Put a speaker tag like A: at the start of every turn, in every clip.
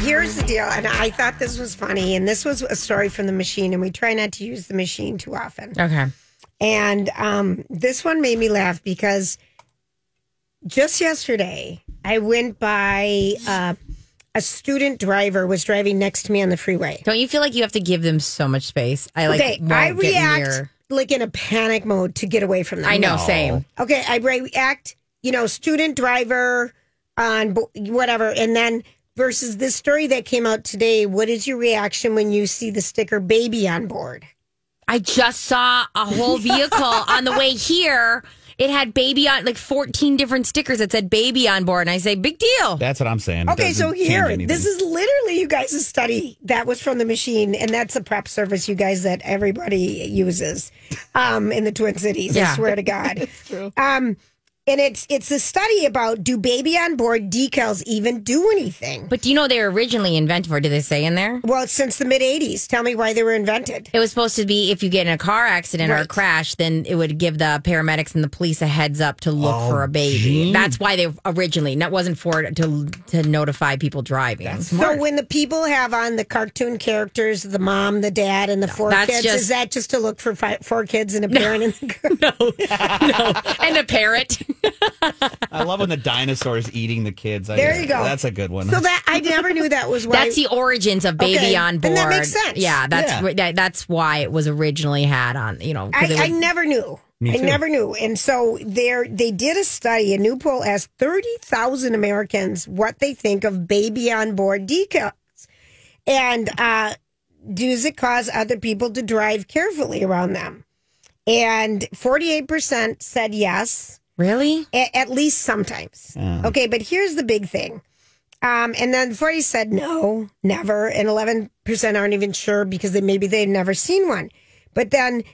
A: Here's the deal, and I thought this was funny, and this was a story from the machine, and we try not to use the machine too often.
B: Okay.
A: And um, this one made me laugh because just yesterday I went by uh, a student driver was driving next to me on the freeway.
B: Don't you feel like you have to give them so much space? I like.
A: okay, I
B: won't get
A: react
B: near-
A: like in a panic mode to get away from them.
B: I know. Same.
A: Okay, I react, you know, student driver on bo- whatever, and then versus this story that came out today. What is your reaction when you see the sticker "baby" on board?
B: I just saw a whole vehicle on the way here. It had baby on like 14 different stickers that said baby on board. And I say, big deal.
C: That's what I'm saying. It
A: Okay, so
C: doesn't change
A: here,
C: anything.
A: this is literally you guys' study that was from the machine, and that's a prep service you guys that everybody uses um, in the Twin Cities. I
B: Yeah.
A: swear to God, Um, and it's it's a study about do baby on board decals even do anything?
B: But do you know they were originally invented for? Did they say in there?
A: Well, since the mid '80s, tell me why they were invented.
B: It was supposed to be if you get in a car accident or a
A: Right.
B: crash, then it would give the paramedics and the police a heads up to look for a baby. That's why they originally. That wasn't for it to to notify people driving.
A: So when the people have on the cartoon characters, the mom, the dad, and the four
B: that's
A: kids,
B: just-
A: is that just to look for fi- four kids and a parent and the girl?
B: and a parrot.
C: I love when the dinosaurs eating the kids. I-
A: There you go.
C: That's a good one.
A: So that I never knew that was why.
B: That's the origins of baby
A: Okay,
B: on board.
A: then that makes sense.
B: Yeah, that's
C: Yeah.
B: wh- that, that's why it was originally had on. You know, 'cause
A: I,
B: it
A: I
B: was-
A: never knew. I
C: too.
A: never knew. And so there they did a study, and New poll asked 30,000 Americans what they think of baby on board decals. And uh, does it cause other people to drive carefully around them? And 48% said yes,
B: really.
A: a- at least sometimes. Okay, but here's the big thing. Um, and then 40 said no, never. And 11% aren't even sure because they maybe they've never seen one. But then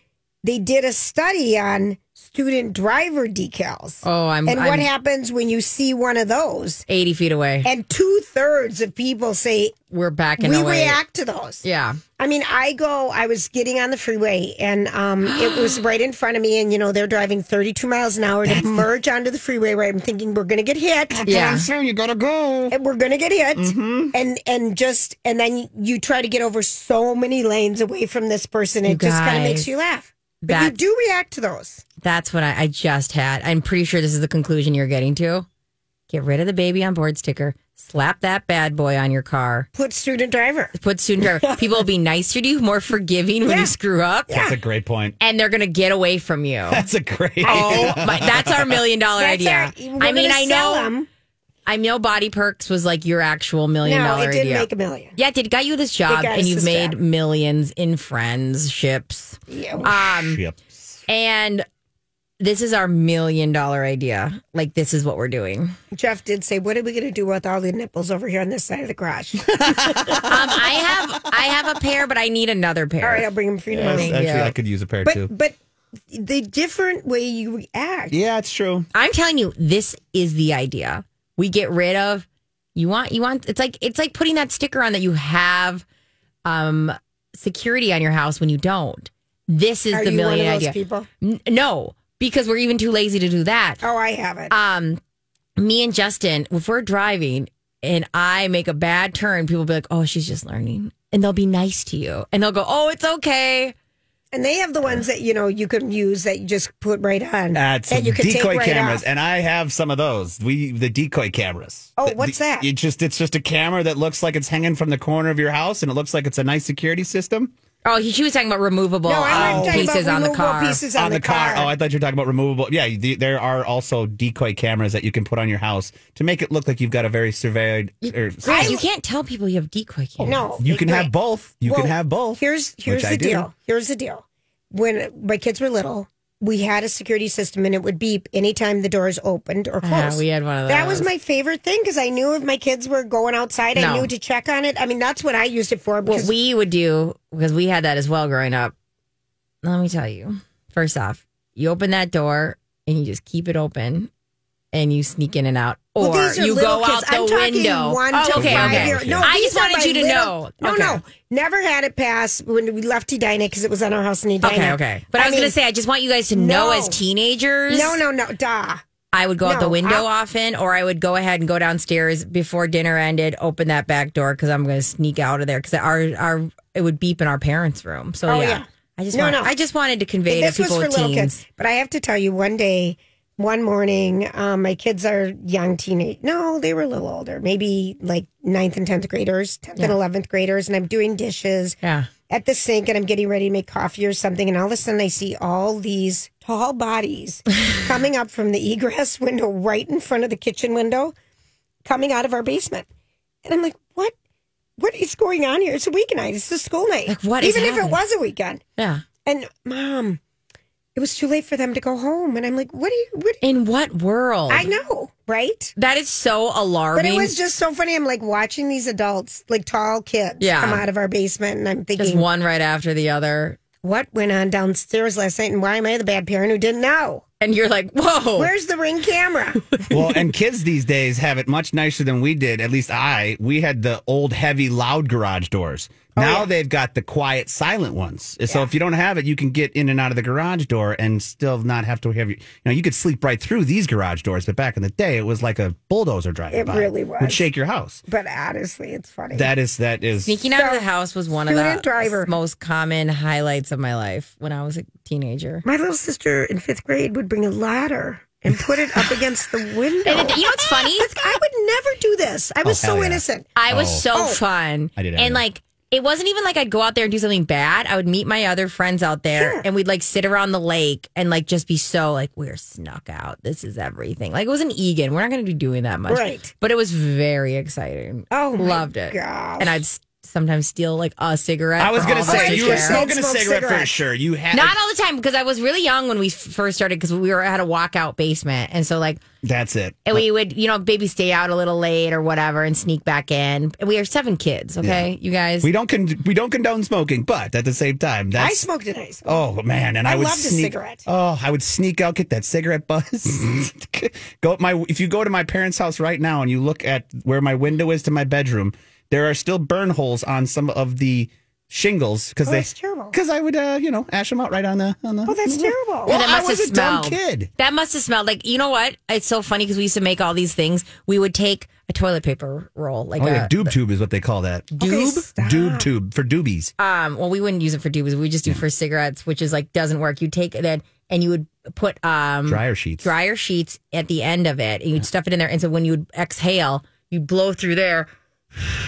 A: they did a study on student driver decals.
B: Oh, I'm,
A: and what
B: I'm
A: happens when you see one of those?
B: 80 feet away.
A: And two thirds of people say,
B: We're back in
A: we
B: away.
A: react to those.
B: Yeah.
A: I mean, I go, I was getting on the freeway and um, it was right in front of me. And, you know, they're driving 32 miles an hour to merge onto the freeway where I'm thinking we're going to get hit.
B: Yeah.
C: you gotta go.
A: and we're gonna get hit
B: Mm-hmm.
A: and and just and then you try to get over so many lanes away from this person it
B: You
A: just kind of
B: guys,
A: makes you laugh but
B: that's-
A: you do react to those
B: That's what I, I just had. I'm pretty sure this is the conclusion you're getting to. Get rid of the baby on board sticker. Slap that bad boy on your car.
A: put student driver
B: Put student driver. People will be nicer to you, more forgiving when
A: Yeah.
B: you screw up,
C: That's a great point.
B: and they're gonna get away from you.
C: That's a great.
B: Oh, my, that's our million dollar
A: That's
B: idea.
A: our- we're
B: I mean,
A: gonna
B: I
A: sell
B: know,
A: 'em.
B: I know. Body perks was like your actual million
A: no
B: dollar
A: it didn't
B: idea.
A: make a million
B: yeah, it did got you this job,
A: got
B: and
A: us
B: you've
A: this
B: made
A: job.
B: millions in friendships.
A: Yeah.
B: Um,
C: Yep.
B: and this is our million dollar idea. Like this is what we're doing.
A: jeff did say what are we gonna do with all the nipples over here on this side of the garage
B: Um, I have I have a pair, but I need another pair.
A: all right i'll bring them for you
C: Yes,
A: tomorrow
C: actually,
B: you.
C: I could use a pair too.
A: but but the different way you react
C: Yeah, it's true.
B: I'm telling you, this is the idea. We get rid of you want you want it's like it's like putting that sticker on that you have um security on your house when you don't. This is
A: are
B: the
A: you one of
B: million
A: those
B: idea.
A: people
B: N- no, because we're even too lazy to do that.
A: oh i haven't
B: Um me and Justin, if we're driving and I make a bad turn, people will be like, "Oh, she's just learning." And they'll be nice to you. And they'll go, "Oh, it's okay."
A: And they have the ones that you know you can use that you just put right on.
C: That's
A: that you could take
C: decoy
A: right
C: cameras,
A: off.
C: and I have some of those. We the decoy cameras.
A: Oh,
C: The-
A: what's
C: the-
A: that?
C: It just it's just a camera that looks like it's hanging from the corner of your house, and it looks like it's a nice security system
B: Oh, he, she was talking about removable
A: no, I'm
B: um,
A: not talking
B: pieces
A: about
B: on the
A: removable
B: car.
A: Pieces on, the, car.
C: Oh, I thought you were talking about removable. Yeah, the, there are also decoy cameras that you can put on your house to make it look like you've got a very surveyed. Or,
B: Grant, you can't tell people you have decoy cameras.
A: no,
C: you can
A: wait.
C: have both. You can
A: Well,
C: have both.
A: Here's here's
C: which
A: the
C: I do.
A: deal. Here's the deal. When my kids were little, we had a security system and it would beep anytime the doors opened or
B: Ah,
A: closed.
B: we had one of those.
A: that was my favorite thing because I knew if my kids were going outside, I
B: No.
A: knew to check on it. I mean, that's what I used it for.
B: what
A: Because
B: we would do because we had that as well growing up. Let me tell you. First off, you open that door and you just keep it open, and you sneak in and out, or
A: Well, these are
B: you
A: little
B: go
A: kids.
B: out the
A: I'm talking
B: window.
A: One
B: Oh,
A: to
B: okay,
A: five
B: okay.
A: year- No,
B: I
A: these
B: just
A: are
B: wanted
A: my
B: you to
A: little-
B: know.
A: No,
B: Okay.
A: no, never had it pass when we left Edina because it was on our house in Edina.
B: Okay, okay. But I, was
A: mean,
B: gonna say, I just want you guys to
A: No.
B: know as teenagers.
A: no, no, no, duh.
B: I would go out the
A: No,
B: window
A: I-
B: often, or I would go ahead and go downstairs before dinner ended, open that back door because I'm going to sneak out of there because our our it would beep in our parents' room. So
A: Oh,
B: yeah.
A: yeah.
B: I just
A: No,
B: want,
A: no.
B: I just wanted to convey
A: this
B: to
A: was
B: people
A: for
B: with
A: little
B: teens.
A: kids. But I have to tell you, one day, one morning, um, my kids are young teenage. No, they were a little older, maybe like ninth and tenth graders, tenth and eleventh graders. And I'm doing dishes
B: Yeah.
A: at the sink, and I'm getting ready to make coffee or something. And all of a sudden, I see all these tall bodies coming up from the egress window, right in front of the kitchen window, coming out of our basement. And I'm like, what? What is going on here? It's a weeknight. It's a school night.
B: Like, what is
A: Even if it
B: happening?
A: was a weekend.
B: Yeah.
A: And mom, it was too late for them to go home. And I'm like, what do you, what? do you-"
B: In what world?
A: I know, right?
B: That is so alarming.
A: But it was just so funny. I'm like watching these adults, like tall kids,
B: Yeah.
A: come out of our basement. And I'm
B: just
A: thinking,
B: one right after the other.
A: what went on downstairs last night? And why am I the bad parent who didn't know?
B: And you're like, whoa.
A: Where's the ring camera?
C: well, and kids these days have it much nicer than we did. At least I. We had the old, heavy, loud garage doors.
A: Oh,
C: now they've got the quiet, silent ones. So if you don't have it, you can get in and out of the garage door and still not have to have your. You know, you could sleep right through these garage doors, but back in the day, it was like a bulldozer driving
A: It
C: by.
A: really was.
C: Would shake your house.
A: but honestly, it's funny.
C: That is that is.
B: Sneaking out of
A: So,
B: the house was one of
A: student
B: the
A: driver.
B: most common highlights of my life when I was a teenager.
A: my little sister in fifth grade would bring a ladder and put it up against the window.
B: And it- you know what's funny? Oh,
A: I would never do this. I was
C: hell
A: so
C: yeah.
A: innocent.
B: I was
C: Oh.
B: so
A: Oh.
B: fun.
C: I did have
B: And
C: that.
B: like, it wasn't even like I'd go out there and do something bad. I would meet my other friends out there and we'd like sit around the lake and like just be so like, we're snuck out. This is everything. Like, it was an Egan. We're not going to be doing that much.
A: Right.
B: But it was very exciting.
A: Oh, my
B: loved it.
A: gosh.
B: And I'd s- sometimes steal like a cigarette.
C: I was
B: for
C: gonna
B: all of us
C: say
B: to
C: you were
B: share.
A: smoking
C: smoking a
A: Smoke
C: cigarette for
A: cigarettes.
C: sure. You had
B: Not all the time because I was really young when we f- first started because we were at a walkout basement. And so, like,
C: That's it.
B: and we would, you know, maybe stay out a little late or whatever and sneak back in. And we are seven kids, okay, you guys?
C: We don't con- we don't condone smoking, but at the same time, that's
A: I smoked in high school.
C: Oh man, and I,
A: I
C: would
A: loved a
C: sneak,
A: cigarette.
C: Oh, I would sneak out, get that cigarette buzz. go my if you go to my parents' house right now and you look at where my window is to my bedroom, there are still burn holes on some of the shingles because they
A: Oh, that's terrible.
C: because I would uh, you know ash them out right on the on the.
A: Oh, that's terrible.
C: Well,
B: that
C: I
B: must
C: was
B: have
C: a dumb
B: smelled.
C: kid.
B: That must have smelled like you know what? It's so funny because we used to make all these things. We would take a toilet paper roll, like
C: Oh yeah,
B: a
C: doob tube is what they call that.
A: Doob? stop.
C: Doob tube for doobies.
B: um. Well, we wouldn't use it for doobies. We just do for cigarettes, which is like doesn't work. You take it in and you would put um
C: Dryer sheets.
B: dryer sheets at the end of it, and you'd stuff it in there. And so when you would exhale, you blow through there,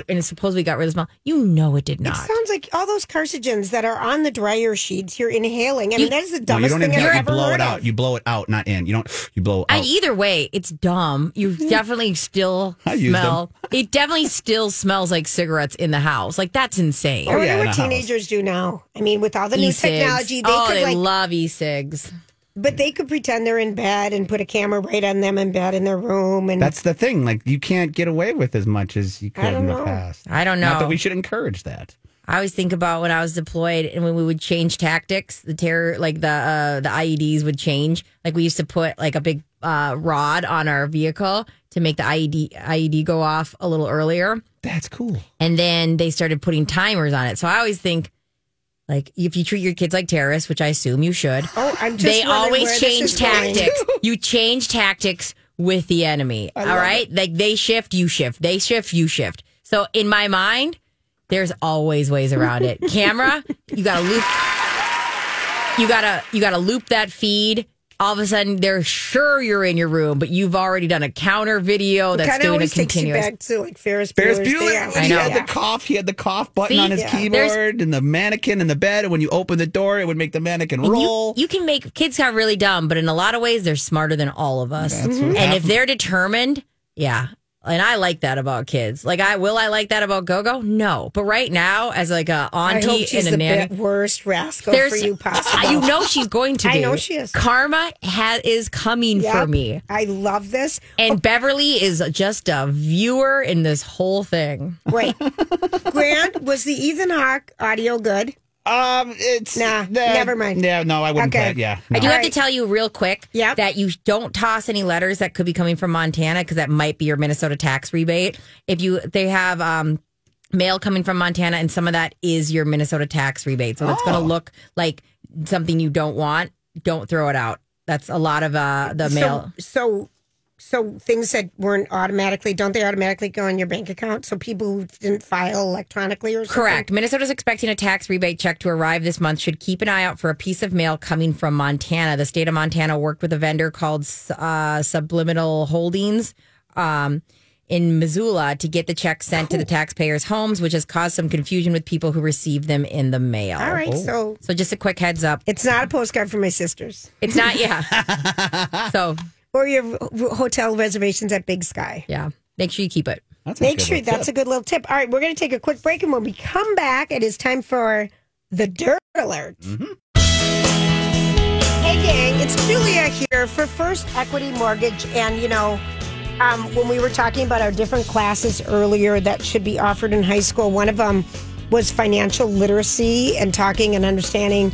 B: and it supposedly got rid of the smell. You know it did
A: It
B: not.
A: sounds like all those carcinogens that are on the dryer sheets you're inhaling. I mean, that is the
C: No, you
A: dumbest
C: don't
A: thing
C: inhale,
A: I've
C: you
A: ever
C: blow
A: heard
C: it out.
A: of.
C: You blow it out, not in. You don't. You blow
B: I,
A: Oh.
C: out.
B: either way, it's dumb. You definitely still
C: I use them.
B: smell. It definitely still smells like cigarettes in the house. Like that's insane.
A: I wonder
C: yeah, in
A: what
C: a house.
A: teenagers do now. I mean, with all the new
B: E-cigs.
A: technology, they
B: oh,
A: could
B: they
A: like,
B: love e-cigs.
A: but they could pretend they're in bed and put a camera right on them in bed in their room. And
C: That's the thing. Like you can't get away with as much as you could
A: don't
C: in the
A: know.
C: past.
B: I don't know.
C: Not that we should encourage that.
B: I always think about when I was deployed and when we would change tactics. The terror, like the uh, the IEDs would change. Like we used to put like a big uh, rod on our vehicle to make the E IED IED go off a little earlier.
C: That's cool.
B: and then they started putting timers on it. So I always think, like, if you treat your kids like terrorists, which I assume you should,
A: oh, I'm just
B: they
A: wondering
B: always
A: where this
B: change
A: is going.
B: tactics. you change tactics with the enemy. all right, like they shift, you shift. They shift, you shift. So in my mind, there's always ways around it. Camera, you got to loop. you gotta you gotta loop that feed. All of a sudden, they're sure you're in your room, but you've already done a counter video that's
A: Kind of
B: doing a
A: always takes you
B: continuous.
A: back to like Ferris
C: Ferris
A: Bueller's Day Out.
C: Bueller, when he
B: know.
C: had
B: Yeah.
C: the cough, he had the cough button
B: See?
C: on his
B: Yeah.
C: keyboard and the mannequin in the bed. And when you open the door, it would make the mannequin
B: And you-
C: roll.
B: You, can make kids sound really dumb, but in a lot of ways, they're smarter than all of us.
C: That's what
B: And if
C: happened.
B: they're determined, yeah. And I like that about kids. Like, I will I like that about Gogo? No, but right now, as like a
A: I hope
B: auntie
A: she's
B: and a
A: the
B: nanny,
A: be- worst rascal for you possible.
B: you know she's going to.
A: I
B: be.
A: know she is.
B: Karma ha- is coming for
A: Yep.
B: me,
A: I love this.
B: and Beverly is just a viewer in this whole thing.
A: Wait, Grant, was the Ethan Hawke audio good?
C: um, it's
A: Nah, never mind.
C: Yeah, no, I wouldn't.
A: Okay.
C: Play it. Yeah,
B: I
C: no.
B: do have to
A: Right.
B: tell you real quick
A: Yep.
B: that you don't toss any letters that could be coming from Montana because that might be your Minnesota tax rebate. If you they have um, mail coming from Montana and some of that is your Minnesota tax rebate, so it's going
A: Oh.
B: to look like something you don't want. Don't throw it out. That's a lot of uh, the mail.
A: So, so, so things that weren't automatically don't they automatically go in your bank account? So people who didn't file electronically or something?
B: Correct. Minnesota's expecting a tax rebate check to arrive this month. Should keep an eye out for a piece of mail coming from Montana. The state of Montana worked with a vendor called uh, Subliminal Holdings um, in Missoula to get the checks sent to the taxpayers' homes, which has caused some confusion with people who receive them in the mail.
A: All right, so
B: So just a quick heads up.
A: it's not a postcard from my sisters
B: It's not, yeah. so,
A: or your ho- hotel reservations at Big Sky.
B: yeah. Make sure you keep it.
C: That's a
A: Make
C: good
A: sure
C: one.
A: that's a good little tip. All right, we're going to take a quick break, and when we come back, it is time for the dirt alert.
C: Mm-hmm.
A: Hey, gang, it's Julia here for First Equity Mortgage. And, you know, um, when we were talking about our different classes earlier that should be offered in high school, one of them was financial literacy and talking and understanding,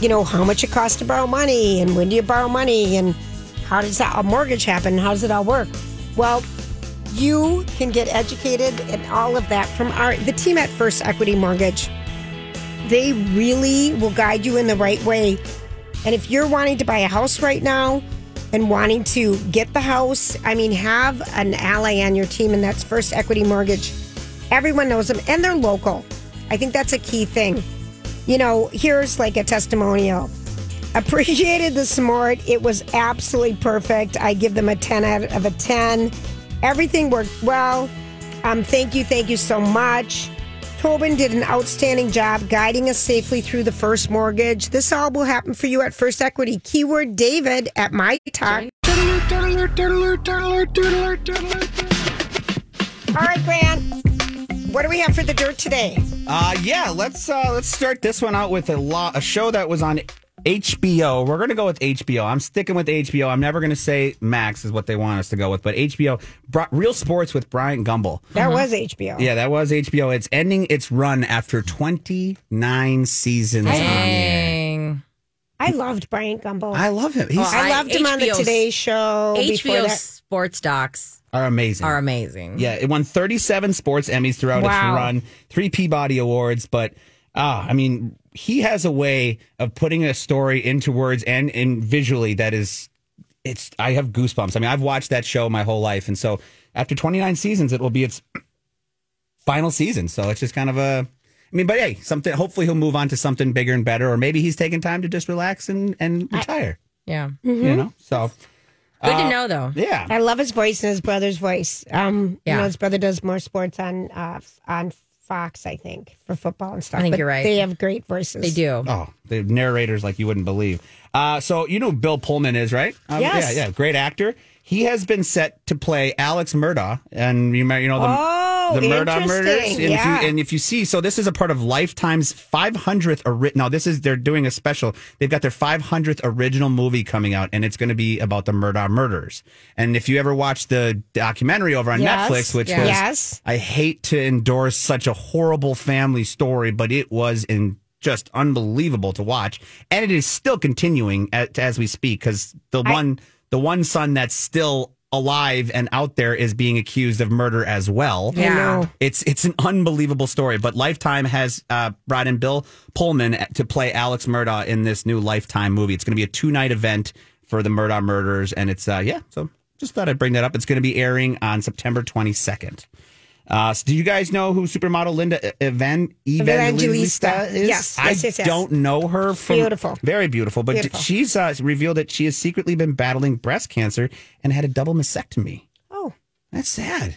A: you know, how much it costs to borrow money and when do you borrow money and how does that, a mortgage happen? How does it all work? Well, you can get educated and all of that from our the team at First Equity Mortgage. They really will guide you in the right way. And if you're wanting to buy a house right now and wanting to get the house, I mean, have an ally on your team, and that's First Equity Mortgage. Everyone knows them and they're local. I think that's a key thing. You know, here's like a testimonial. Appreciated the s'more. It was absolutely perfect. I give them a 10 out of a 10. Everything worked well. Um, thank you, thank you so much. Tobin did an outstanding job guiding us safely through the first mortgage. This all will happen for you at First Equity. Keyword David at my talk. All right, Grant. What do we have for the dirt today?
C: Uh, yeah, let's uh, let's start this one out with a lot a show that was on HBO. We're gonna go with HBO. I'm sticking with HBO. I'm never gonna say Max is what they want us to go with, but HBO brought Real Sports with Brian Gumble.
A: That was HBO.
C: Yeah, that was HBO. It's ending its run after 29 seasons on the air.
B: Dang.
A: I loved Brian Gumble. I,
C: I love him. He's
B: I-
A: loved him on the
B: HBO's
A: Today Show. before
B: HBO
A: that.
B: sports docs
C: are amazing.
B: are amazing.
C: Yeah, it won 37 sports Emmys throughout
B: Wow.
C: its run, three Peabody Awards. But ah, I mean, he has a way of putting a story into words and in visually that is, it's. I have goosebumps. I mean, I've watched that show my whole life, and so after 29 seasons, it will be its final season. So it's just kind of a. I mean, but hey, something. Hopefully, he'll move on to something bigger and better, or maybe he's taking time to just relax and and retire.
B: Yeah.
C: You know, so
B: Good
A: Uh,
B: to know, though.
C: yeah.
A: I love his voice and his brother's voice. Um, you
B: Yeah.
A: know, his brother does more sports on uh, f- on Fox, I think, for football and stuff.
B: I think
A: But
B: you're right.
A: They have great voices.
B: They do.
C: Oh, the narrators like you wouldn't believe. Uh, so you know who Bill Pullman is, right? Um,
A: Yes.
C: Yeah, yeah, great actor. He has been set to play Alex Murdaugh, and you might you know the
A: Oh,
C: the Murdaugh
A: interesting.
C: murders. And,
A: Yeah.
C: if you, and if you see, so this is a part of Lifetime's 500th. Ori- now this is they're doing a special. They've got their 500th original movie coming out, and it's going to be about the Murdaugh murders. And if you ever watched the documentary over on
A: Yes.
C: Netflix, which
B: Yeah.
C: was
A: Yes.
C: I hate to endorse such a horrible family story, but it was in just unbelievable to watch, and it is still continuing as, as we speak because the one the one son that's still alive and out there is being accused of murder as well.
B: Yeah.
C: It's it's an unbelievable story, but Lifetime has uh, brought in Bill Pullman to play Alex Murdaugh in this new Lifetime movie. It's going to be a two night event for the Murdaugh murders, and it's uh, yeah. So just thought I'd bring that up. It's going to be airing on September twenty second. Uh, so do you guys know who supermodel Linda E- Evan- Evangelista
A: Evangelista.
C: is?
A: Yes,
C: I
A: yes, yes, yes.
C: don't know her. From,
A: Beautiful.
C: Very beautiful. But d-
A: Beautiful.
C: she's uh, revealed that she has secretly been battling breast cancer and had a double mastectomy.
A: Oh,
C: That's sad.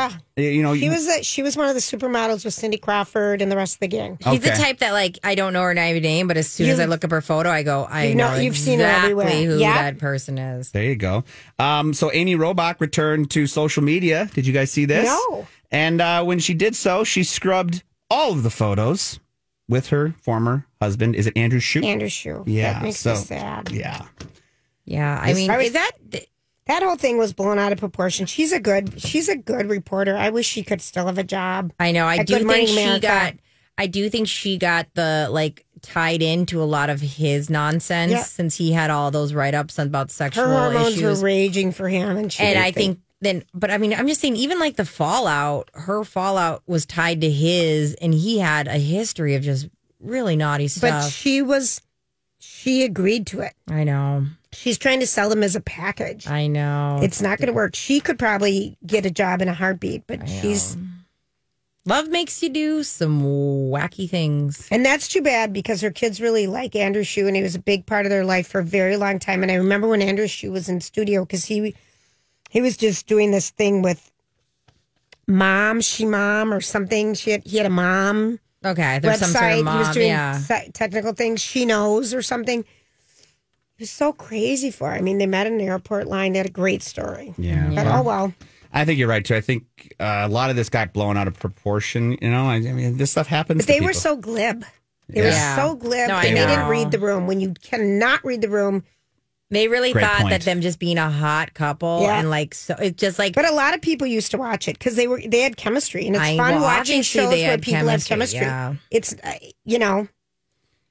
A: ah,
C: You know,
A: she
C: you-
A: was the, she was one of the supermodels with Cindy Crawford and the rest of the gang.
B: She's the
C: Okay.
B: type that like I don't know her name, name, but as soon as I
A: You-
B: look up her photo, I go, I
A: You know-
B: know,
A: you've seen her
B: exactly
A: everywhere.
B: who
A: Yeah.
B: that person is.
C: There you go. Um, so Amy Robach returned to social media. Did you guys see this?
A: No.
C: And uh, when she did so, she scrubbed all of the photos with her former husband. Is it Andrew Shute?
A: Andrew Shue.
C: Yeah.
A: that makes
C: so
A: me sad.
C: yeah,
B: Yeah, I mean,
A: I was-
B: is that th-
A: That whole thing was blown out of proportion. She's a good she's a good reporter. I wish she could still have a job.
B: I know. I
A: At
B: do
A: Good
B: think
A: Morning
B: she
A: America.
B: got. I do think she got the like tied into a lot of his nonsense
A: Yeah.
B: since he had all those write ups about sexual
A: Her hormones
B: issues.
A: were raging for him, and she
B: and
A: didn't
B: I think then, but I mean, I'm just saying, even like the fallout, her fallout was tied to his, and he had a history of just really naughty
A: but
B: stuff.
A: she was she agreed to it.
B: I know,
A: She's trying to sell them as a package.
B: I know.
A: It's not going to work. She could probably get a job in a heartbeat, but she's
B: love makes you do some wacky things.
A: and that's too bad because her kids really like Andrew Shue, and he was a big part of their life for a very long time. And I remember when Andrew Shue was in studio because he he was just doing this thing with mom, she mom or something. She had, he had a mom.
B: Okay, there's some sort
A: website.
B: of
A: he was
B: mom.
A: doing
B: Yeah,
A: se- technical things. She knows or something. It was so crazy for. her. I mean, they met in an airport line. They had a great story.
C: yeah.
A: But oh well,
C: I think you're right too. I think uh, a lot of this got blown out of proportion. You know, I, I mean, this stuff happens.
A: but
C: to
A: they were
C: people.
A: so glib. They
B: Yeah.
A: were so glib,
B: No, I
A: and they
B: know.
A: didn't read the room. When you cannot read the room,
B: they really
C: Great
B: thought
C: point.
B: that them just being a hot couple
A: Yeah.
B: and like so, it's just like
A: but a lot of people used to watch it because they were they had chemistry, and it's
B: I-
A: fun
B: well,
A: watching
B: obviously
A: shows
B: they
A: where
B: had
A: people have chemistry.
B: chemistry, yeah.
A: It's uh, you know,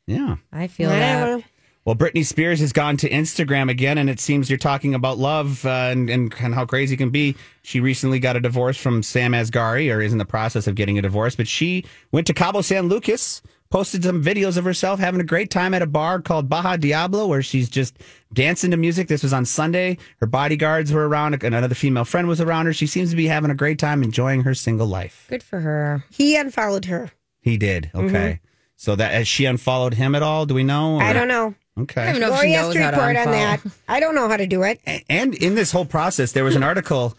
C: yeah.
B: I feel
A: I
B: that.
A: don't know.
C: Well, Britney Spears has gone to Instagram again, and it seems you're talking about love uh, and, and kind of how crazy it can be. She recently got a divorce from Sam Asghari, or is in the process of getting a divorce, but she went to Cabo San Lucas, posted some videos of herself having a great time at a bar called Baja Diablo, where she's just dancing to music. This was on Sunday. Her bodyguards were around, and another female friend was around her. She seems to be having a great time enjoying her single life.
B: Good for her.
A: he unfollowed her.
C: He did. Okay. So that has she unfollowed him at all? Do we know?
A: I
C: or-
A: don't know.
C: Okay.
B: I don't even know if
A: Lori
B: she
A: has
B: knows
A: to
B: how to
A: report on
B: unfollow.
A: that. I don't know how to do it.
C: A- and in this whole process, there was an article.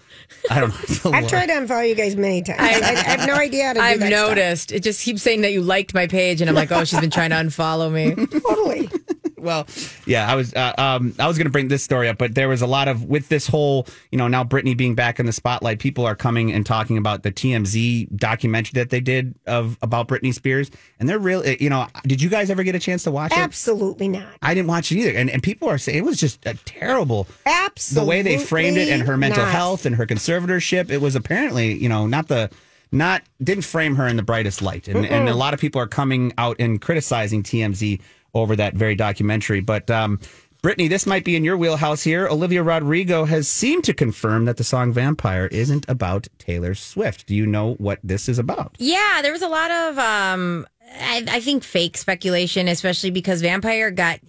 C: I don't know. it's a
A: I've
C: lot.
A: tried to unfollow you guys many times. I, I have no idea how to do
B: I've
A: that stuff.
B: noticed. It just keeps saying that you liked my page, and I'm like, oh, she's been trying to unfollow me.
A: Totally.
C: Well, yeah, I was. Uh, um, I was going to bring this story up, but there was a lot of with this whole, you know, now Britney being back in the spotlight. People are coming and talking about the TMZ documentary that they did of about Britney Spears, and they're real. eh, You know, did you guys ever get a chance to watch it?
A: Absolutely not.
C: I didn't watch it either, and and people are saying it was just a terrible.
A: Absolutely.
C: the way they framed it and her mental
A: not.
C: health and her conservatorship it was apparently you know not the not didn't frame her in the brightest light and, and a lot of people are coming out and criticizing tmz over that very documentary but um brittany this might be in your wheelhouse here olivia rodrigo has seemed to confirm that the song vampire isn't about taylor swift do you know what this is about
B: Yeah, there was a lot of, um, I, I think, fake speculation, especially because Vampire got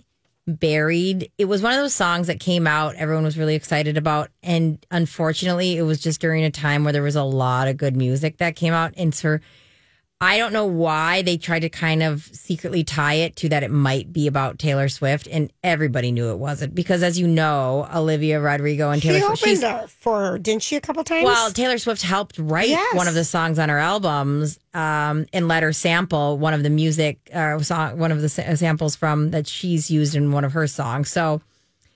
B: buried. It was one of those songs that came out, everyone was really excited about. And unfortunately, it was just during a time where there was a lot of good music that came out. And so I don't know why they tried to kind of secretly tie it to that it might be about Taylor Swift. And everybody knew it wasn't because, as you know, Olivia Rodrigo and
A: She
B: Taylor
A: opened
B: Swift.
A: her for her, didn't she, a couple times?
B: Well, Taylor Swift helped write
A: Yes.
B: one of the songs on her albums, um, and let her sample one of the music uh, song, one of the sa- samples from that she's used in one of her songs. So,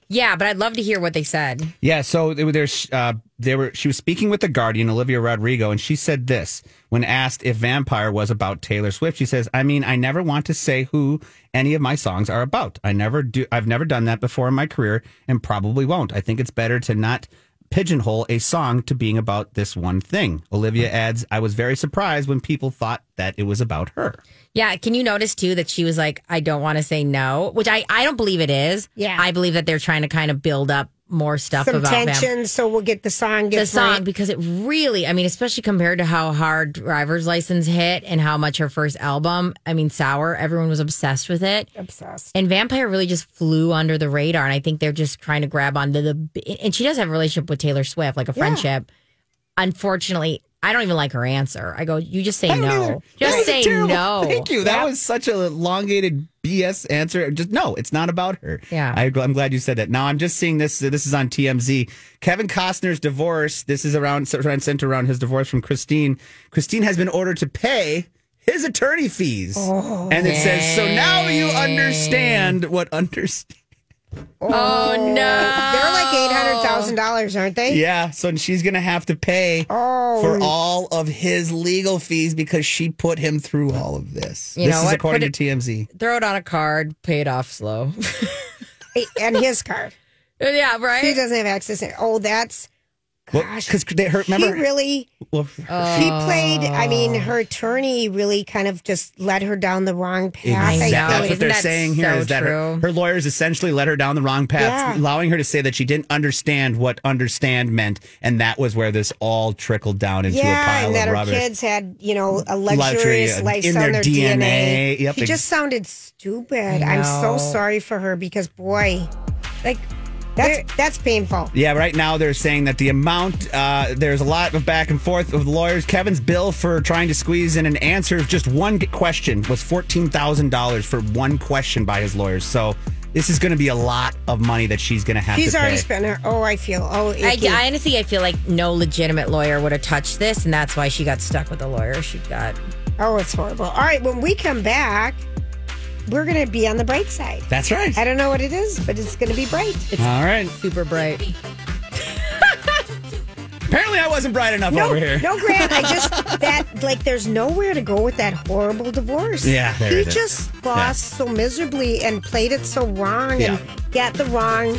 B: yeah, but I'd love to hear what they said.
C: Yeah, so there- there's uh, they were she was speaking with the Guardian, Olivia Rodrigo, and she said this when asked if Vampire was about Taylor Swift. She says, "I mean, I never want to say who any of my songs are about. I never do. I've never done that before in my career, and probably won't. I think it's better to not." Pigeonhole a song to being about this one thing. Olivia adds, I was very surprised when people thought that it was about her.
B: Yeah, can you notice too that she was like, I don't want to say no, which I, I don't believe it is.
A: Yeah.
B: I believe that they're trying to kind of build up more stuff
A: Some
B: about vamp-
A: tension, so we'll get the song.
B: the
A: Gets
B: song
A: right.
B: because it really, I mean, especially compared to how hard driver's license hit and how much her first album, I mean, Sour, everyone was obsessed with it.
A: Obsessed.
B: And Vampire really just flew under the radar. And I think they're just trying to grab onto the. And she does have a relationship with Taylor Swift, like a friendship. Unfortunately, I don't even like her answer. I go, you just say
C: I don't
B: no.
C: either. That
B: Just
C: was
B: say
C: terrible.
B: no.
C: Thank you. That was such an elongated BS answer. Just no, it's not about her.
B: Yeah.
C: I, I'm glad you said that. Now I'm just seeing this. This is on TMZ. Kevin Costner's divorce. This is around centered around his divorce from Christine. Christine has been ordered to pay his attorney fees,
B: Oh.
C: and it says so. Now you understand what understand.
B: Oh, no.
A: They're like eight hundred thousand dollars, aren't they?
C: Yeah. So she's gonna have to pay
A: Oh.
C: for all of his legal fees because she put him through all of this.
B: You
C: this
B: know
C: is
B: what?
C: according
B: Put
C: to
B: it-
C: TMZ.
B: Throw it on a card, pay it off slow.
A: And his card.
B: yeah, right?
A: He doesn't have access. to- Oh, that's gosh.
C: Because they hurt.
A: he
C: Remember, Oh.
A: really Oh,
C: well,
A: he played. I mean, her attorney really kind of just led her down the wrong path.
B: Exactly.
A: I
C: That's
A: think.
C: what they're
B: that
C: saying here is
B: so
C: that her,
B: true?
C: her lawyers essentially led her down the wrong path,
A: Yeah.
C: allowing her to say that she didn't understand what understand meant, and that was where this all trickled down into a
A: Yeah,
C: pile
A: and that
C: of
A: her
C: rubbish.
A: kids had, you know, a
C: Luxury,
A: luxurious
C: uh,
A: life
C: in
A: on
C: their
A: their
C: DNA.
A: DNA.
C: Yep,
A: He
C: ex-
A: just sounded stupid. I'm so
B: know.
A: sorry for her because, boy, like that's that's painful.
C: Yeah, right now they're saying that the amount, uh, there's a lot of back and forth of the lawyers. Kevin's bill for trying to squeeze in an answer of just one g- question was $14,000 for one question by his lawyers. So this is going to be a lot of money that she's going to have
A: He's
C: to pay.
A: already spent her. Oh, I feel. Oh,
B: I,
A: icky.
B: I honestly, I feel like no legitimate lawyer would have touched this, and that's why she got stuck with the lawyer she got.
A: oh, it's horrible. All right, when we come back, we're gonna be on the bright side.
C: That's right.
A: I don't know what it is, but it's gonna be bright.
C: All right.
B: Super bright.
C: Apparently, I wasn't bright enough
A: No,
C: over here.
A: Oh, no, Grant. I just that like there's nowhere to go with that horrible divorce.
C: Yeah, there
A: he
C: it is.
A: just lost so miserably and played it so wrong
C: Yeah.
A: and got the wrong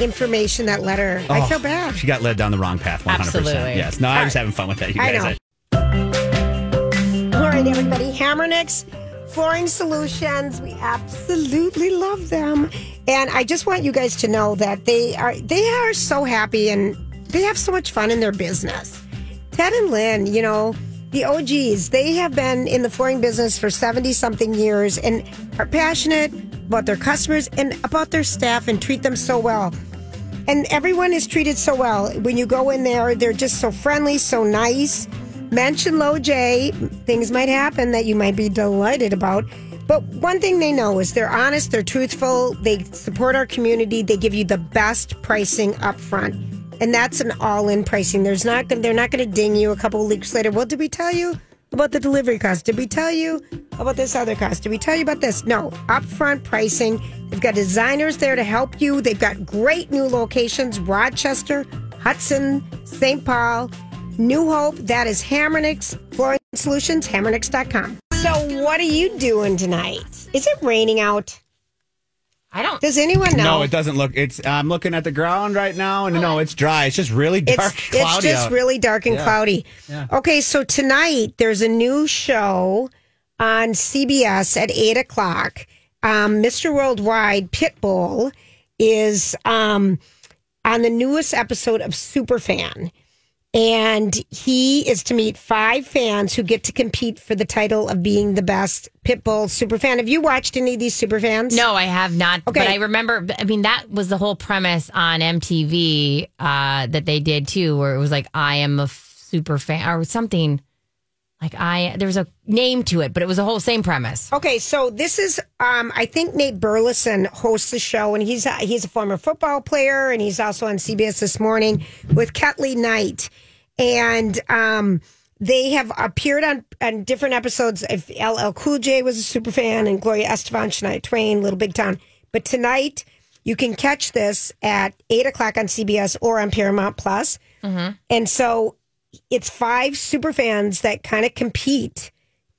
A: information that led her.
C: Oh,
A: I feel bad.
C: She got led down the wrong path 100%.
B: Absolutely.
C: Yes. No, I was having fun with that, you
A: I
C: guys.
A: know. All right, everybody. Hammernix Flooring Solutions. We absolutely love them, and I just want you guys to know that they are they are so happy and they have so much fun in their business. Ted and Lynn, you know, the OGs, they have been in the flooring business for 70 something years and are passionate about their customers and about their staff and treat them so well. And everyone is treated so well. When you go in there, they're just so friendly, so nice. Mention Low J, things might happen that you might be delighted about. But one thing they know is they're honest, they're truthful, they support our community, they give you the best pricing up front and that's an all-in pricing. There's not they're not going to ding you a couple of weeks later. Well, did we tell you about the delivery cost? Did we tell you about this other cost? Did we tell you about this? No, upfront pricing. They've got designers there to help you. They've got great new locations: Rochester, Hudson, St. Paul, New Hope. That is Hammernix Flooring Solutions, Hammernix.com. So, what are you doing tonight? Is it raining out?
B: I don't.
A: Does anyone know?
C: No, it doesn't look. It's. I'm looking at the ground right now, and no, it's dry. It's just really dark,
A: it's
C: cloudy
A: just
C: out.
A: really dark and cloudy. Okay, so tonight there's a new show on CBS at eight o'clock. Um, Mr. Worldwide Pitbull is um, on the newest episode of Superfan, and he is to meet five fans who get to compete for the title of being the best Pitbull Superfan. Have you watched any of these Superfans?
B: No, I have not. But
A: Okay.
B: I remember. I mean, that was the whole premise on MTV uh, that they did too, where it was like, "I am a f- super fan" or something. Like I, there was a name to it, but it was the whole same premise.
A: Okay, so this is um, I think Nate Burleson hosts the show, and he's a, he's a former football player, and he's also on CBS this morning with Ketley Knight, and um, they have appeared on, on different episodes. If LL Cool J was a super fan, and Gloria Estefan, Shania Twain, Little Big Town, but tonight You can catch this at eight o'clock on CBS or on Paramount Plus. And so it's five super fans that kind of compete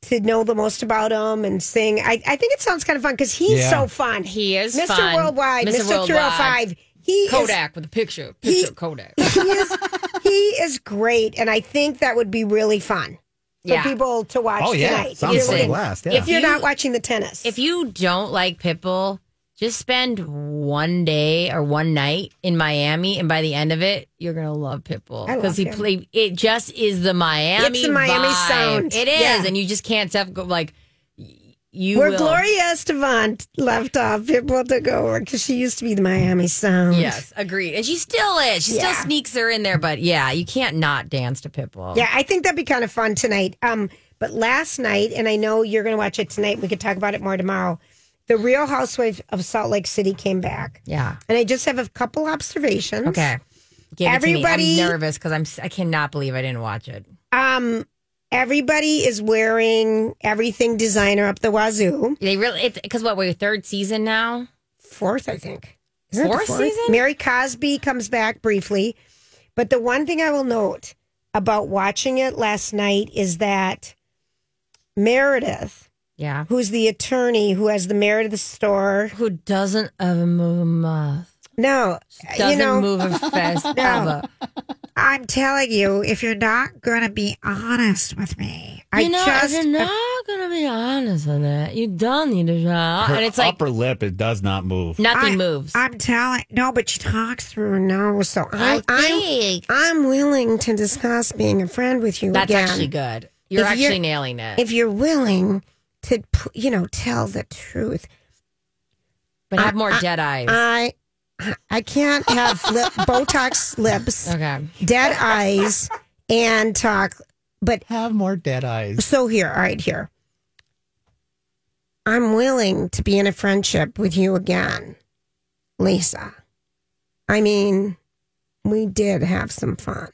A: to know the most about him and sing. I, I think it sounds kind of fun because he's
C: Yeah.
A: so fun.
B: He is
A: Mr.
B: fun.
A: Worldwide,
B: Mr.
A: Mr.
B: Worldwide.
A: 305. He is
B: Kodak with a picture. Picture
A: He-
B: Kodak.
A: he is he is great, and I think that would be really fun for
B: Yeah.
A: people to watch
C: Oh, yeah.
A: tonight.
C: Sounds
A: If
C: like a
A: you're-
C: blast, yeah.
A: If you're
B: You-
A: not watching the tennis,
B: If you don't like Pitbull, just spend one day or one night in Miami, and by the end of it, you're gonna love Pitbull
A: I love
B: he
A: him.
B: played. It just is the Miami.
A: It's the Miami
B: vibe.
A: sound.
B: It is,
A: Yeah.
B: and you just can't stop go like y- you.
A: where
B: will-
A: Gloria Estefan left off, people to go over because she used to be the Miami Sound.
B: Yes, agreed. And she still is. She still
A: Yeah.
B: sneaks her in there, but yeah, you can't not dance to Pitbull.
A: yeah, I think that'd be kind of fun tonight. Um, but last night, and I know you're going to watch it tonight. We could talk about it more tomorrow. The Real Housewives of Salt Lake City came back,
B: Yeah.
A: and I just have a couple observations.
B: Okay. Give It to
A: Everybody-
B: me. I'm nervous because I'm. s- I cannot believe I didn't watch it.
A: Um, everybody is wearing everything designer up the wazoo.
B: They really. It's because what we're third season now.
A: fourth, I think. it
B: Fourth season?
A: Mary Cosby comes back briefly. But the one thing I will note about watching it last night is that Meredith,
B: Yeah.
A: who's the attorney who has the Meredith store,
B: who doesn't ever move a mouth,
A: no,
B: doesn't
A: you know,
B: move a fist ever.
A: I'm telling you, if you're not going to be honest with me, I
B: you know, if
A: just,
B: you're not gonna be honest with it, you don't need to try.
C: Her
B: and it's like
C: upper lip, it does not move.
B: nothing
A: I-
B: moves.
A: I'm telling, no, but she talks through her nose. So I, I'm,
B: think
A: I'm willing to discuss being a friend with you
B: that's
A: again.
B: actually good. You're
A: If
B: actually
A: you're-
B: nailing it.
A: if you're willing to p- you know tell the truth
B: but have more dead eyes.
A: i i can't have lip, botox lips
B: okay.
A: dead eyes and talk but
C: Have more dead eyes.
A: so here all right here i'm willing to be in a friendship with you again lisa i mean we did have some fun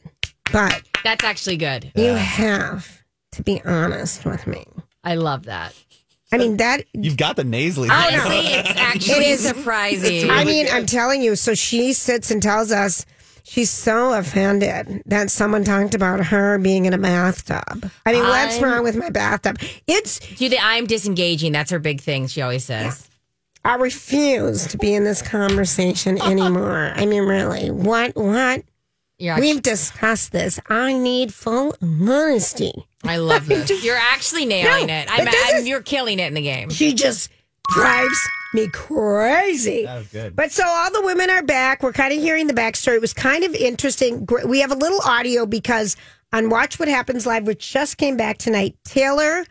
A: but
B: That's actually good.
A: you have to be honest with me
B: I love that.
A: i mean that
C: You've got the nasally.
B: Honestly, it's actually
A: It is-
B: surprising.
A: I mean, I'm telling you. So she sits and tells us she's so offended that someone talked about her being in a bathtub. I mean, what's
B: I'm-
A: wrong with my bathtub? It's
B: Do the I'm disengaging. That's her big thing. She always says.
A: I refuse to be in this conversation anymore. I mean, really, what? What?
B: You're
A: We've
B: actually,
A: discussed this. I need full honesty.
B: I love this. You're actually nailing
A: No,
B: it.
A: but
B: I'm,
A: this
B: I'm,
A: is-
B: you're killing it in the game.
A: She just drives me crazy.
C: That was good.
A: But so all the women are back. We're kind of hearing the backstory. It was kind of interesting. Gr- We have a little audio because on Watch What Happens Live, which just came back tonight, Taylor,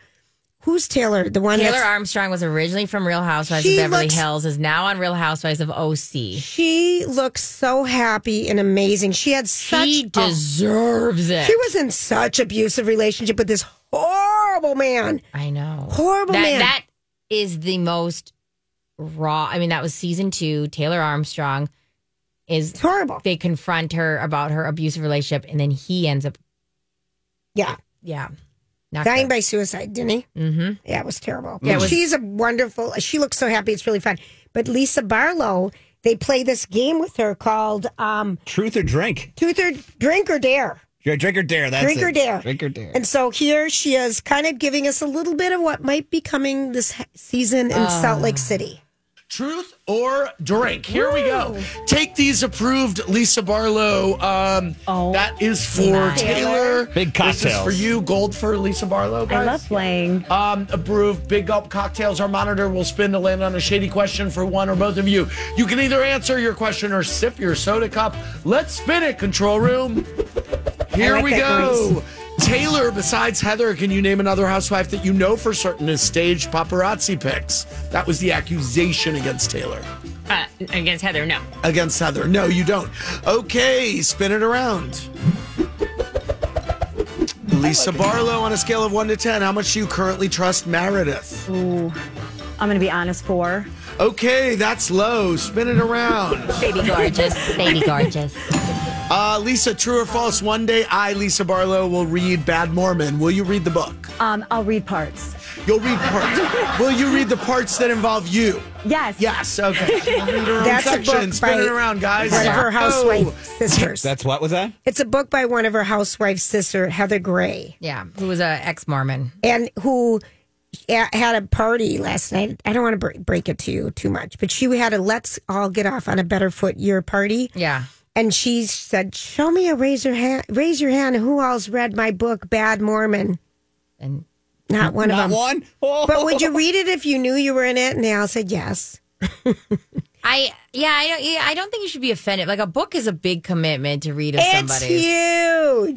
A: who's Taylor? The one
B: Taylor
A: that's,
B: Armstrong was originally from Real Housewives
A: She
B: of Beverly
A: looks-
B: Hills, is now on Real Housewives of OC.
A: she looks so happy and amazing. She had such
B: She
A: a-
B: deserves it.
A: she was in such abusive relationship with this horrible man.
B: I know.
A: Horrible
B: that,
A: man.
B: That is the most raw. I mean, that was season two. Taylor Armstrong is
A: It's horrible.
B: they confront her about her abusive relationship, and then he ends up
A: Yeah.
B: yeah, not
A: Dying
B: good.
A: by suicide, didn't he?
B: Mhm.
A: Yeah, it was terrible.
B: Yeah, it was-
A: She's a wonderful. She looks so happy. It's really fun. But Lisa Barlow, they play this game with her called um,
C: Truth or drink?
A: Truth or Drink or Dare.
C: Dr- Drink or dare. That's
A: Drink
C: it.
A: or dare.
C: Drink or dare.
A: And so here she is, kind of giving us a little bit of what might be coming this he- season
D: Ah.
A: in Salt Lake City.
D: Truth or drink? Here we go. Take these approved, Lisa Barlow. Um,
E: Oh.
D: that is for Taylor.
C: Big
D: This is
C: cocktails.
D: for you. Gold for Lisa Barlow. Guys. I love playing. Um, approved. Big gulp cocktails. Our monitor will spin to land on a shady question for one or both of you. You can either answer your question or sip your soda cup. Let's spin it, control room. Here
A: like
D: we
A: that
D: go. Taylor, besides Heather, can you name another housewife that you know for certain is staged paparazzi pics? That was the accusation against Taylor.
F: Uh, against Heather, no.
D: Against Heather. No, you don't. Okay, spin it around. Lisa Barlow, on a scale of 1 to 10, how much do you currently trust Meredith?
E: I'm going to be honest, four.
D: Okay, that's low. Spin it around.
B: baby gorgeous, baby gorgeous.
D: Uh, Lisa, true or false, one day I, Lisa Barlow, will read Bad Mormon. Will you read the book?
E: Um, I'll read parts.
D: You'll read parts. Will you read the parts that involve you?
E: Yes.
D: Yes. Okay. Read her own
A: That's a
D: section.
A: book
D: Spin
A: by
D: it around, guys.
A: one of her housewife sisters.
C: That's what was that?
A: It's a book by one of her housewife sister, Heather Gray,
B: Yeah, who was a ex Mormon.
A: and who a- had a party last night. I don't want to break, break it to you too much, but she had a "Let's all get off on a better foot" year party.
B: Yeah.
A: And she said, "Show me a raise your hand. Raise your hand. Who else read my book, Bad Mormon?"
B: And
A: Not one
C: Not
A: of them.
C: one? Oh.
A: But would you read it if you knew you were in it? And they all said yes.
B: I yeah, I don't yeah, I don't think you should be offended. Like a book is a big commitment to read of
A: It's
B: somebody's.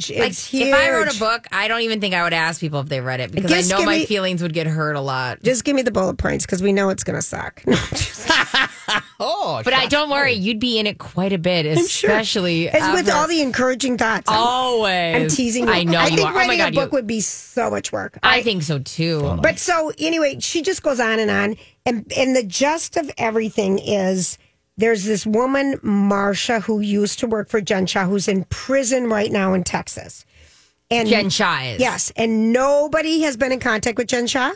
A: huge.
B: Like,
A: It's huge.
B: If I wrote a book, I don't even think I would ask people if they read it because
A: Just
B: I know
A: give
B: my
A: me-
B: feelings would get hurt a lot.
A: just give me the bullet points because we know it's going to suck.
C: Oh,
B: But I don't worry, you'd be in it quite a bit, especially
A: It's with
B: after-
A: all the encouraging thoughts. I'm-
B: always.
A: I'm teasing. You.
B: I know
A: I
B: you
A: think
B: are. Oh
A: writing
B: my god,
A: a
B: you-
A: book would be so much work.
B: I think so too.
A: But so anyway, she just goes on and on, and and the gist of everything is there's this woman Marsha who used to work for Jen Shaw who's in prison right now in Texas, and
B: Jen Shah is.
A: yes, and nobody has been in contact with Jen Shaw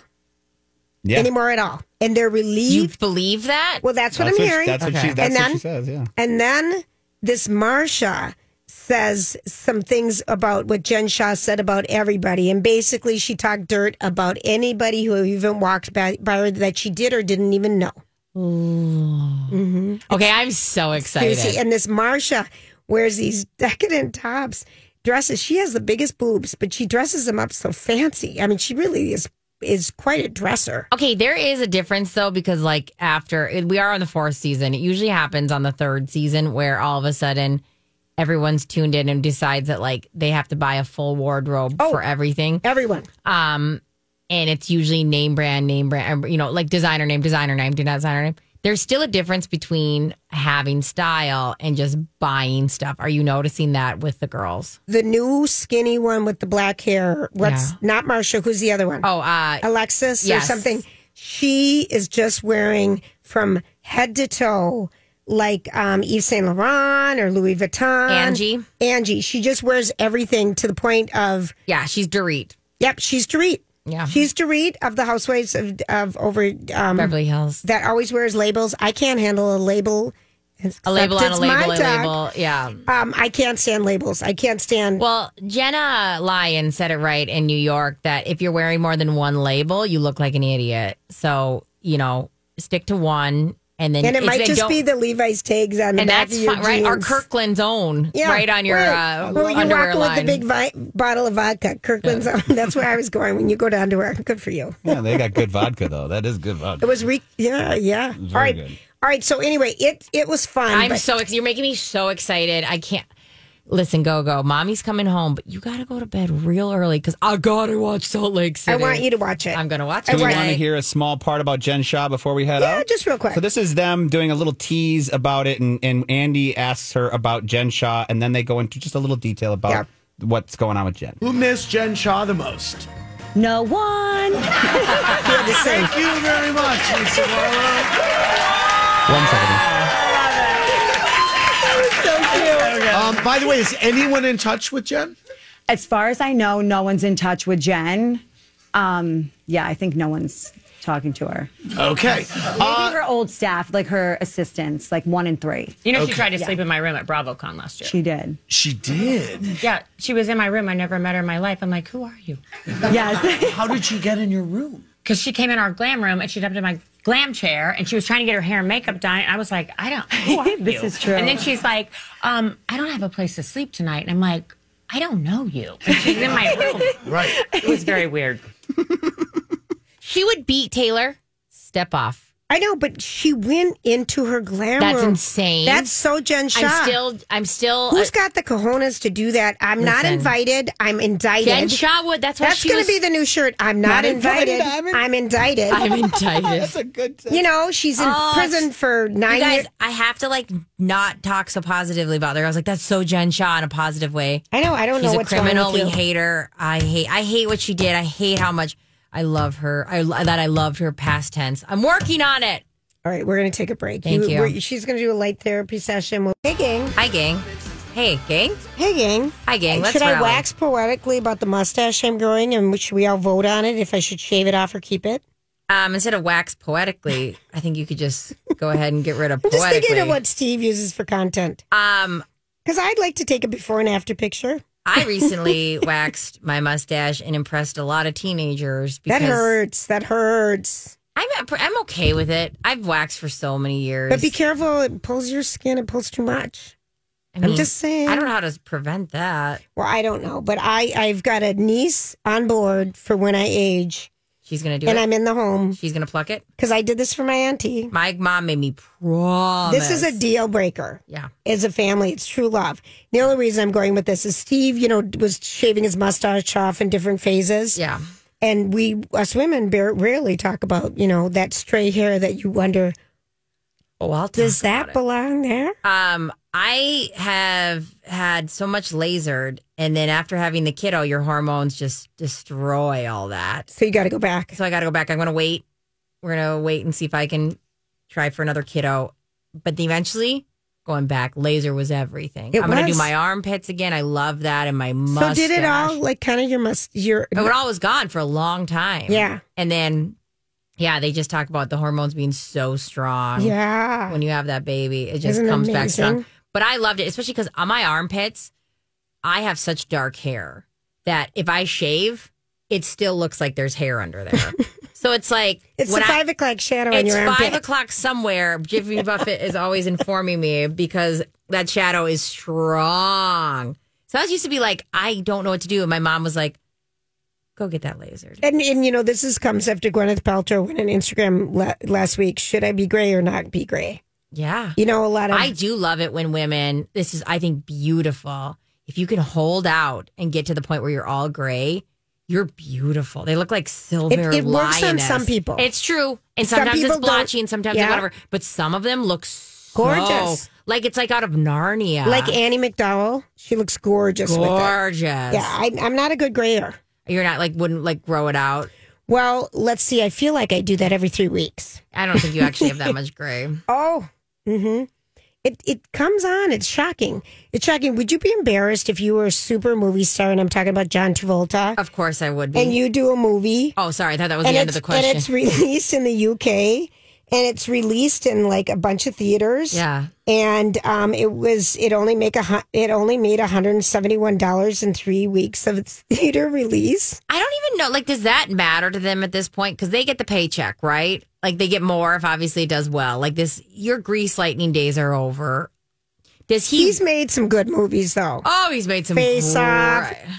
C: Yeah.
A: anymore at all, and they're
B: You
A: relieved.
B: believe that?
A: well, that's what
C: That's
A: I'm
C: what,
A: hearing.
C: That's what, she,
B: Okay.
A: And
C: that's what
A: then-
C: she says, yeah.
A: And then this Marsha says some things about what Jen Shaw said about everybody. And basically, she talked dirt about anybody who even walked by, by her that she did or didn't even know.
B: Okay, I'm so
A: You
B: excited.
A: see, and this Marsha wears these decadent tops, dresses. She has the biggest boobs, but she dresses them up so fancy. I mean, she really is is quite a dresser.
B: Okay, there is a difference though because like after we are on the fourth season, it usually happens on the third season where all of a sudden everyone's tuned in and decides that like they have to buy a full wardrobe
A: Oh.
B: for everything.
A: Everyone.
B: Um, and it's usually name brand, name brand, um, you know, like designer name, designer name, designer name. There's still a difference between having style and just buying stuff. Are you noticing that with the girls?
A: The new skinny one with the black hair. What's
B: Yeah.
A: not Marsha? Who's the other one?
B: Oh, uh,
A: Alexis
B: Yes.
A: or something. She is just wearing from head to toe like um, Yves Saint Laurent or Louis Vuitton.
B: Angie.
A: Angie. She just wears everything to the point of,
B: yeah, she's Dorit.
A: yep, she's Dorit.
B: Yeah.
A: She's Dorit of the housewives of, of over um,
B: Beverly Hills.
A: that always wears labels. I can't handle a label.
B: A label on a
A: It's my
B: label, a
A: dog.
B: label. Yeah.
A: Um, I can't stand labels. I can't stand.
B: Well, Jenna Lyon said it right in New York that if you're wearing more than one label, you look like an idiot. So, you know, stick to one and then
A: and it
B: it's-
A: might
B: and
A: just
B: don't-
A: be the Levi's tags on the
B: and
A: back
B: that's
A: of your
B: fine, right? Or
A: jeans.
B: Kirkland's own,
A: Yeah,
B: right on your
A: right.
B: uh,
A: Well, you
B: underwear
A: walk
B: line.
A: with the big vi- bottle of vodka, Kirkland's. own. That's where I was going when you go to underwear. Good for you.
C: Yeah, they got good vodka, though. That is good vodka.
A: It was re- yeah, yeah. All right,
C: good.
A: all right. So anyway, it it was fun.
B: I'm
A: but
B: so ex- you're making me so excited. I can't listen. Go go, mommy's coming home, but you gotta go to bed real early because I gotta watch Salt Lake
A: I
B: City.
A: want you to watch it.
B: I'm gonna watch
A: I
B: it.
C: Do we
A: Right.
C: want to
B: tonight.
C: hear a small part about Jen Shaw before we head
A: Yeah,
C: out?
A: just real quick.
C: So this is them doing a little tease about it, and, and Andy asks her about Jen Shaw, and then they go into just a little detail about
A: Yeah.
C: what's going on with Jen.
D: Who missed Jen Shaw the most?
E: No one.
D: Thank you very much, Lisa Barlow.
C: One second.
D: Um, by the way, is anyone in touch with Jen?
E: As far as I know, no one's in touch with Jen. Um, yeah, I think no one's talking to her.
D: Okay.
E: Maybe her old staff, like her assistants, like one in three.
F: You know, she tried to sleep in my room at BravoCon last year.
E: She did.
D: She did.
F: yeah, she was in my room. I never met her in my life. I'm like, who are you?
E: Yes.
D: How did she get in your room?
F: Because she came in our glam room and she jumped in my glam chair and she was trying to get her hair and makeup done. And I was like, I don't. Who are
E: This
F: you?
E: is true.
F: And then she's like, um, I don't have a place to sleep tonight. And I'm like, I don't know you. And she's in my room.
D: Right.
F: It was very weird.
B: She would beat Taylor. Step off.
A: I know, but she went into her glam
B: That's
A: room.
B: insane.
A: That's so Jen Shaw.
B: I'm still. I'm still. uh,
A: Who's got the cojones to do that? I'm not
B: Listen.
A: invited. I'm indicted.
B: Jen Shaw would. That's why
A: That's
B: she
A: going
B: was-
A: to be the new shirt. I'm not, invited.
C: invited, I'm in-
A: I'm indicted.
B: I'm indicted.
A: you know, she's in
B: Oh,
A: prison for nine
B: You guys,
A: years.
B: I have to like not talk so positively about her. I was like, that's so Jen Shaw in a positive way.
A: I know. I don't
B: She's
A: know
B: a
A: what's
B: criminal.
A: going
B: We
A: on.
B: hate her. I hate. I hate what she did. I hate how much I love her. I that I loved her past tense. I'm working on it.
A: All right, we're going to take a break.
B: Thank you.
A: we're- She's going to do a light therapy session. We're taking.
B: Hi, gang. Hey, gang.
A: Hey, gang.
B: Hi, gang. Let's
A: should I
B: rally.
A: wax poetically about the mustache I'm growing, and should we all vote on it if I should shave it off or keep it?
B: Um, instead of wax poetically, I think you could just go ahead and get rid of
A: I'm
B: poetically.
A: just thinking of what Steve uses for content.
B: Um,
A: Because I'd like to take a before and after picture.
B: I recently waxed my mustache and impressed a lot of teenagers. Because
A: That hurts. That hurts.
B: I'm I'm okay with it. I've waxed for so many years.
A: But be careful. It pulls your skin. It pulls too much.
B: I mean,
A: I'm just saying.
B: I don't know how to prevent that.
A: Well, I don't know. But I, I've got a niece on board for when I age,
B: She's gonna do
A: and
B: it.
A: I'm in the home
B: She's gonna pluck it.
A: because I did this for my auntie.
B: My mom made me promise.
A: This is a deal breaker.
B: yeah.
A: as a family. It's true love. The only reason I'm going with this is Steve, you know, was shaving his mustache off in different phases.
B: Yeah.
A: And we, us women, bar- rarely talk about, you know, that stray hair that you wonder,
B: Oh, I'll
A: does
B: talk about
A: that
B: it.
A: belong there?
B: Um, I have had so much lasered, and then after having the kiddo, your hormones just destroy all that.
A: So you got to go back.
B: So I got to go back. I'm going to wait. We're going to wait and see if I can try for another kiddo. But eventually, going back, laser was everything.
A: It
B: I'm going to do
A: was.
B: my armpits again. I love that, and my mustache.
A: So did it all, like, kind of your must, your,
B: But it all was gone for a long time.
A: Yeah.
B: and then, yeah, they just talk about the hormones being so strong
A: yeah.
B: when you have that baby. It just
A: Isn't it
B: comes back
A: amazing?
B: strong. But I loved it, especially because on my armpits, I have such dark hair that if I shave, it still looks like there's hair under there. so it's like
A: It's
B: when
A: the
B: I-
A: five o'clock shadow on
B: it's
A: your
B: five
A: armpit.
B: o'clock somewhere. Jimmy Buffett is always informing me because that shadow is strong. So I used to be like, I don't know what to do, and my mom was like, "Go get that lasered."
A: And, and you know this is comes after Gwyneth Paltrow went on Instagram la- last week. Should I be gray or not be gray?
B: Yeah,
A: You know a lot of
B: I do love it when women, this is, I think, beautiful. If you can hold out and get to the point where you're all gray, you're beautiful. They look like silver
A: it works on
B: lioness.
A: some people.
B: It's true. And
A: Some
B: sometimes it's
A: people don't-
B: blotchy and sometimes it's
A: Yeah.
B: whatever. But some of them look so,
A: Gorgeous.
B: Like it's like out of Narnia.
A: like Annie McDowell. She looks gorgeous. with it.
B: gorgeous.
A: Yeah, I, I'm not a good grayer.
B: You're not like, wouldn't like grow it out.
A: Well, let's see. I feel like I do that every three weeks.
B: I don't think you actually have that much gray.
A: Oh, mm-hmm. It it comes on. It's shocking. It's shocking. Would you be embarrassed if you were a super movie star and I'm talking about John Travolta
B: Of course I would be.
A: and you do a movie
B: oh, sorry. I thought that was
A: and
B: the end
A: it's
B: of the
A: and it's
B: question.
A: released in the UK and it's released in like a bunch of theaters.
B: Yeah.
A: And um, it was it only make a hu- it only made 171 dollars in three weeks of its theater release.
B: I don't even know. Like, does that matter to them at this point? Because they get the paycheck, right? Like, they get more if obviously it does well. Like this, your grease lightning days are over. Does he?
A: He's made some good movies though.
B: oh, he's made some
A: Face Off.
B: great-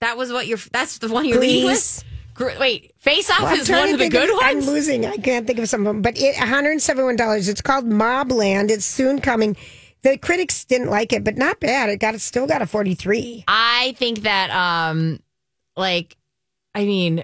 B: That was what you're. That's the one you're leading with.
A: Grease.
B: Gr- Wait, face off
A: Well, I'm
B: is
A: trying
B: one
A: to
B: of the
A: think
B: good
A: of- I'm
B: ones.
A: losing. I can't think of some of them. But it, $171. It's called Mobland. It's soon coming. The critics didn't like it, but not bad. It got it still got a 43.
B: I think that, um, like, I mean,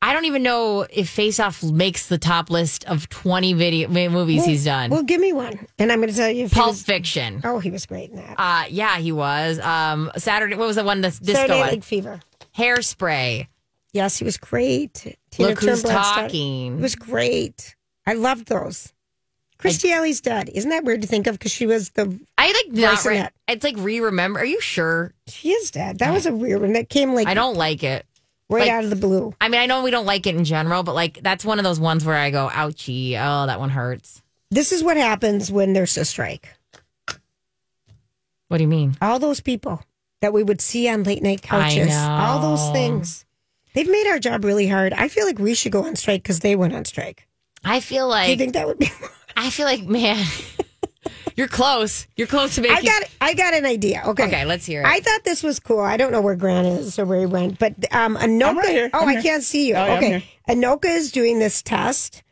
B: I don't even know if Face Off makes the top list of twenty video movies he's done.
A: Well, give me one, and I'm going to tell you. If he
B: Pulp
A: was-
B: Fiction.
A: oh, he was great in that.
B: Uh, yeah, he was. Um, Saturday. What was the one? The disco
A: Saturday
B: one.
A: Night Fever.
B: Hairspray.
A: Yes, he was great. Tina
B: Look who's
A: Turnblad started-
B: talking.
A: He was great. I loved those. Christy Alley's dead. Isn't that weird to think of? Because she was the
B: I like not.
A: Voice in
B: Re-
A: it.
B: it's like re-remember. Are you sure?
A: she is dead. That was a weird one. That came like
B: I don't like it.
A: right
B: like-
A: out of the blue.
B: I mean, I know we don't like it in general, but like that's one of those ones where I go, "Ouchie! Oh, that one hurts."
A: This is what happens when there's a strike.
B: What do you mean?
A: all those people that we would see on late night couches,
B: know.
A: all those things. They've made our job really hard. I feel like we should go on strike because they went on strike.
B: I feel
A: Do you
B: like
A: think that would be?
B: I feel like man, you're close. You're close to making.
A: I got, I got an idea. Okay,
B: Okay, let's hear it.
A: I thought this was cool. I don't know where Grant is or where he went, but um, Anoka.
C: I'm right here.
A: Oh,
C: I'm
A: I
C: here.
A: can't see you.
C: Oh, yeah, I'm
A: okay, Anoka is doing this test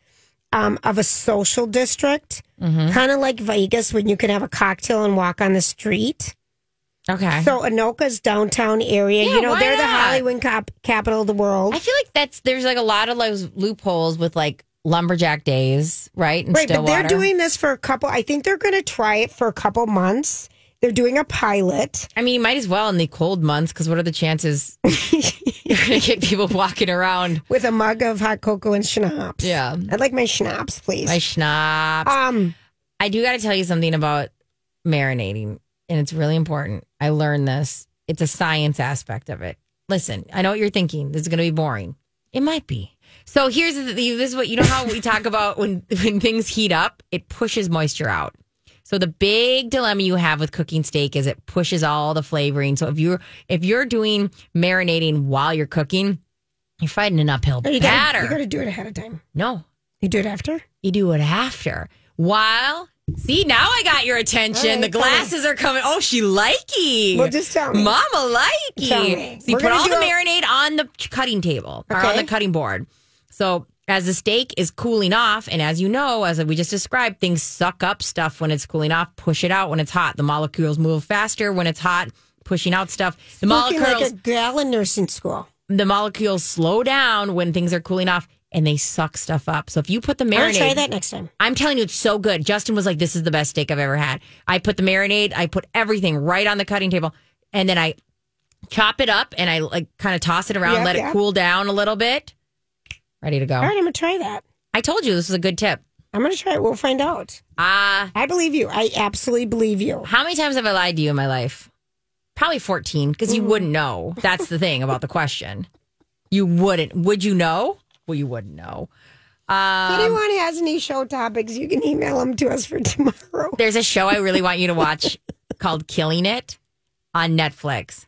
A: um, of a social district,
B: Mm-hmm.
A: kind of like Vegas when you can have a cocktail and walk on the street.
B: okay.
A: So Anoka's downtown area.
B: Yeah,
A: you know,
B: why
A: they're the
B: not?
A: Hollywood cop- capital of the world.
B: I feel like that's there's like a lot of those loopholes with like lumberjack days, right? And
A: Right, but they're
B: Stillwater.
A: doing this for a couple. I think they're going to try it for a couple months. They're doing a pilot.
B: I mean, you might as well in the cold months because what are the chances you're going to get people walking around?
A: With a mug of hot cocoa and schnapps.
B: Yeah.
A: I'd like my schnapps, please.
B: My schnapps.
A: um,
B: I do got to tell you something about marinating and it's really important. I learned this. It's a science aspect of it. Listen, I know what you're thinking. This is going to be boring. It might be. So here's the, this is what you know how we talk about when when things heat up, it pushes moisture out. So the big dilemma you have with cooking steak is it pushes all the flavoring. So if you're if you're doing marinating while you're cooking, you're fighting an uphill
A: You
B: batter.
A: gotta, you gotta do it ahead of time.
B: no,
A: You do it after?
B: you do it after. While see now I got your attention.
A: All right,
B: the glasses are coming. Oh, she likey.
A: Well, just tell me.
B: Mama
A: Tell
B: likey.
A: me.
B: So you
A: We're
B: put
A: gonna
B: all the
A: do a-
B: marinade on the cutting table or on
A: Okay.
B: the cutting board. So as the steak is cooling off, and as you know, as we just described, things suck up stuff when it's cooling off, push it out when it's hot. The molecules move faster when it's hot, pushing out stuff. The
A: Looking
B: molecules
A: like a gal in nursing school.
B: the molecules slow down when things are cooling off and they suck stuff up. So if you put the
A: I'm
B: marinade
A: gonna try that next time.
B: I'm telling you, it's so good. Justin was like, "This is the best steak I've ever had." I put the marinade, I put everything right on the cutting table, and then I chop it up and I like kind of toss it around,
A: Yeah,
B: let it
A: yeah.
B: cool down a little bit. Ready to go.
A: All right, I'm gonna try that.
B: I told you this was a good tip.
A: I'm gonna try it. We'll find out.
B: Ah,
A: I believe you. I absolutely believe you.
B: how many times have I lied to you in my life? Probably fourteen, because
A: Mm.
B: you wouldn't know. That's the thing about the question. You wouldn't. Would you know? Well, you wouldn't know. Um,
A: If anyone has any show topics, you can email them to us for tomorrow.
B: There's a show I really want you to watch called Killing It on Netflix.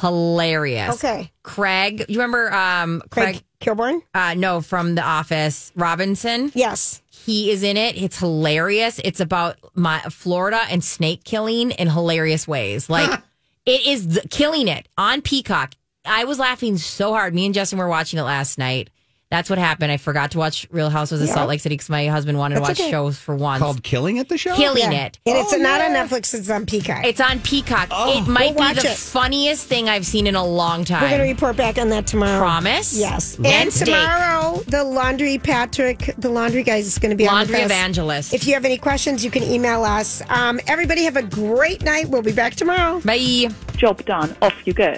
B: Hilarious.
A: Okay.
B: Craig, you remember um Craig,
A: Craig Kilborn?
B: uh no from The Office, Robinson?
A: Yes.
B: He is in it. It's hilarious. It's about my Florida and snake killing in hilarious ways. Like it is th- killing it on Peacock. I was laughing so hard. Me and Justin were watching it last night. That's what happened. I forgot to watch Real Housewives of
A: Yeah.
B: Salt Lake City because my husband wanted
A: That's
B: to watch
A: okay.
B: shows for once.
C: Called killing at the show.
B: Killing it. Oh,
A: And it's not on Netflix, it's on Peacock.
B: It's on Peacock. it
A: We'll
B: might be
A: Oh, watch
B: the
A: it.
B: funniest thing I've seen in a long
A: We're going to
B: time.
A: report back on that tomorrow.
B: Promise?
A: Yes.
B: And
A: And
B: steak.
A: tomorrow, the laundry Patrick, the laundry guys is going to be
B: Laundry
A: on with us.
B: evangelist.
A: If you have any questions, you can email us. Um, everybody have a great night. We'll be back tomorrow.
B: Bye.
G: Job done. Off you go.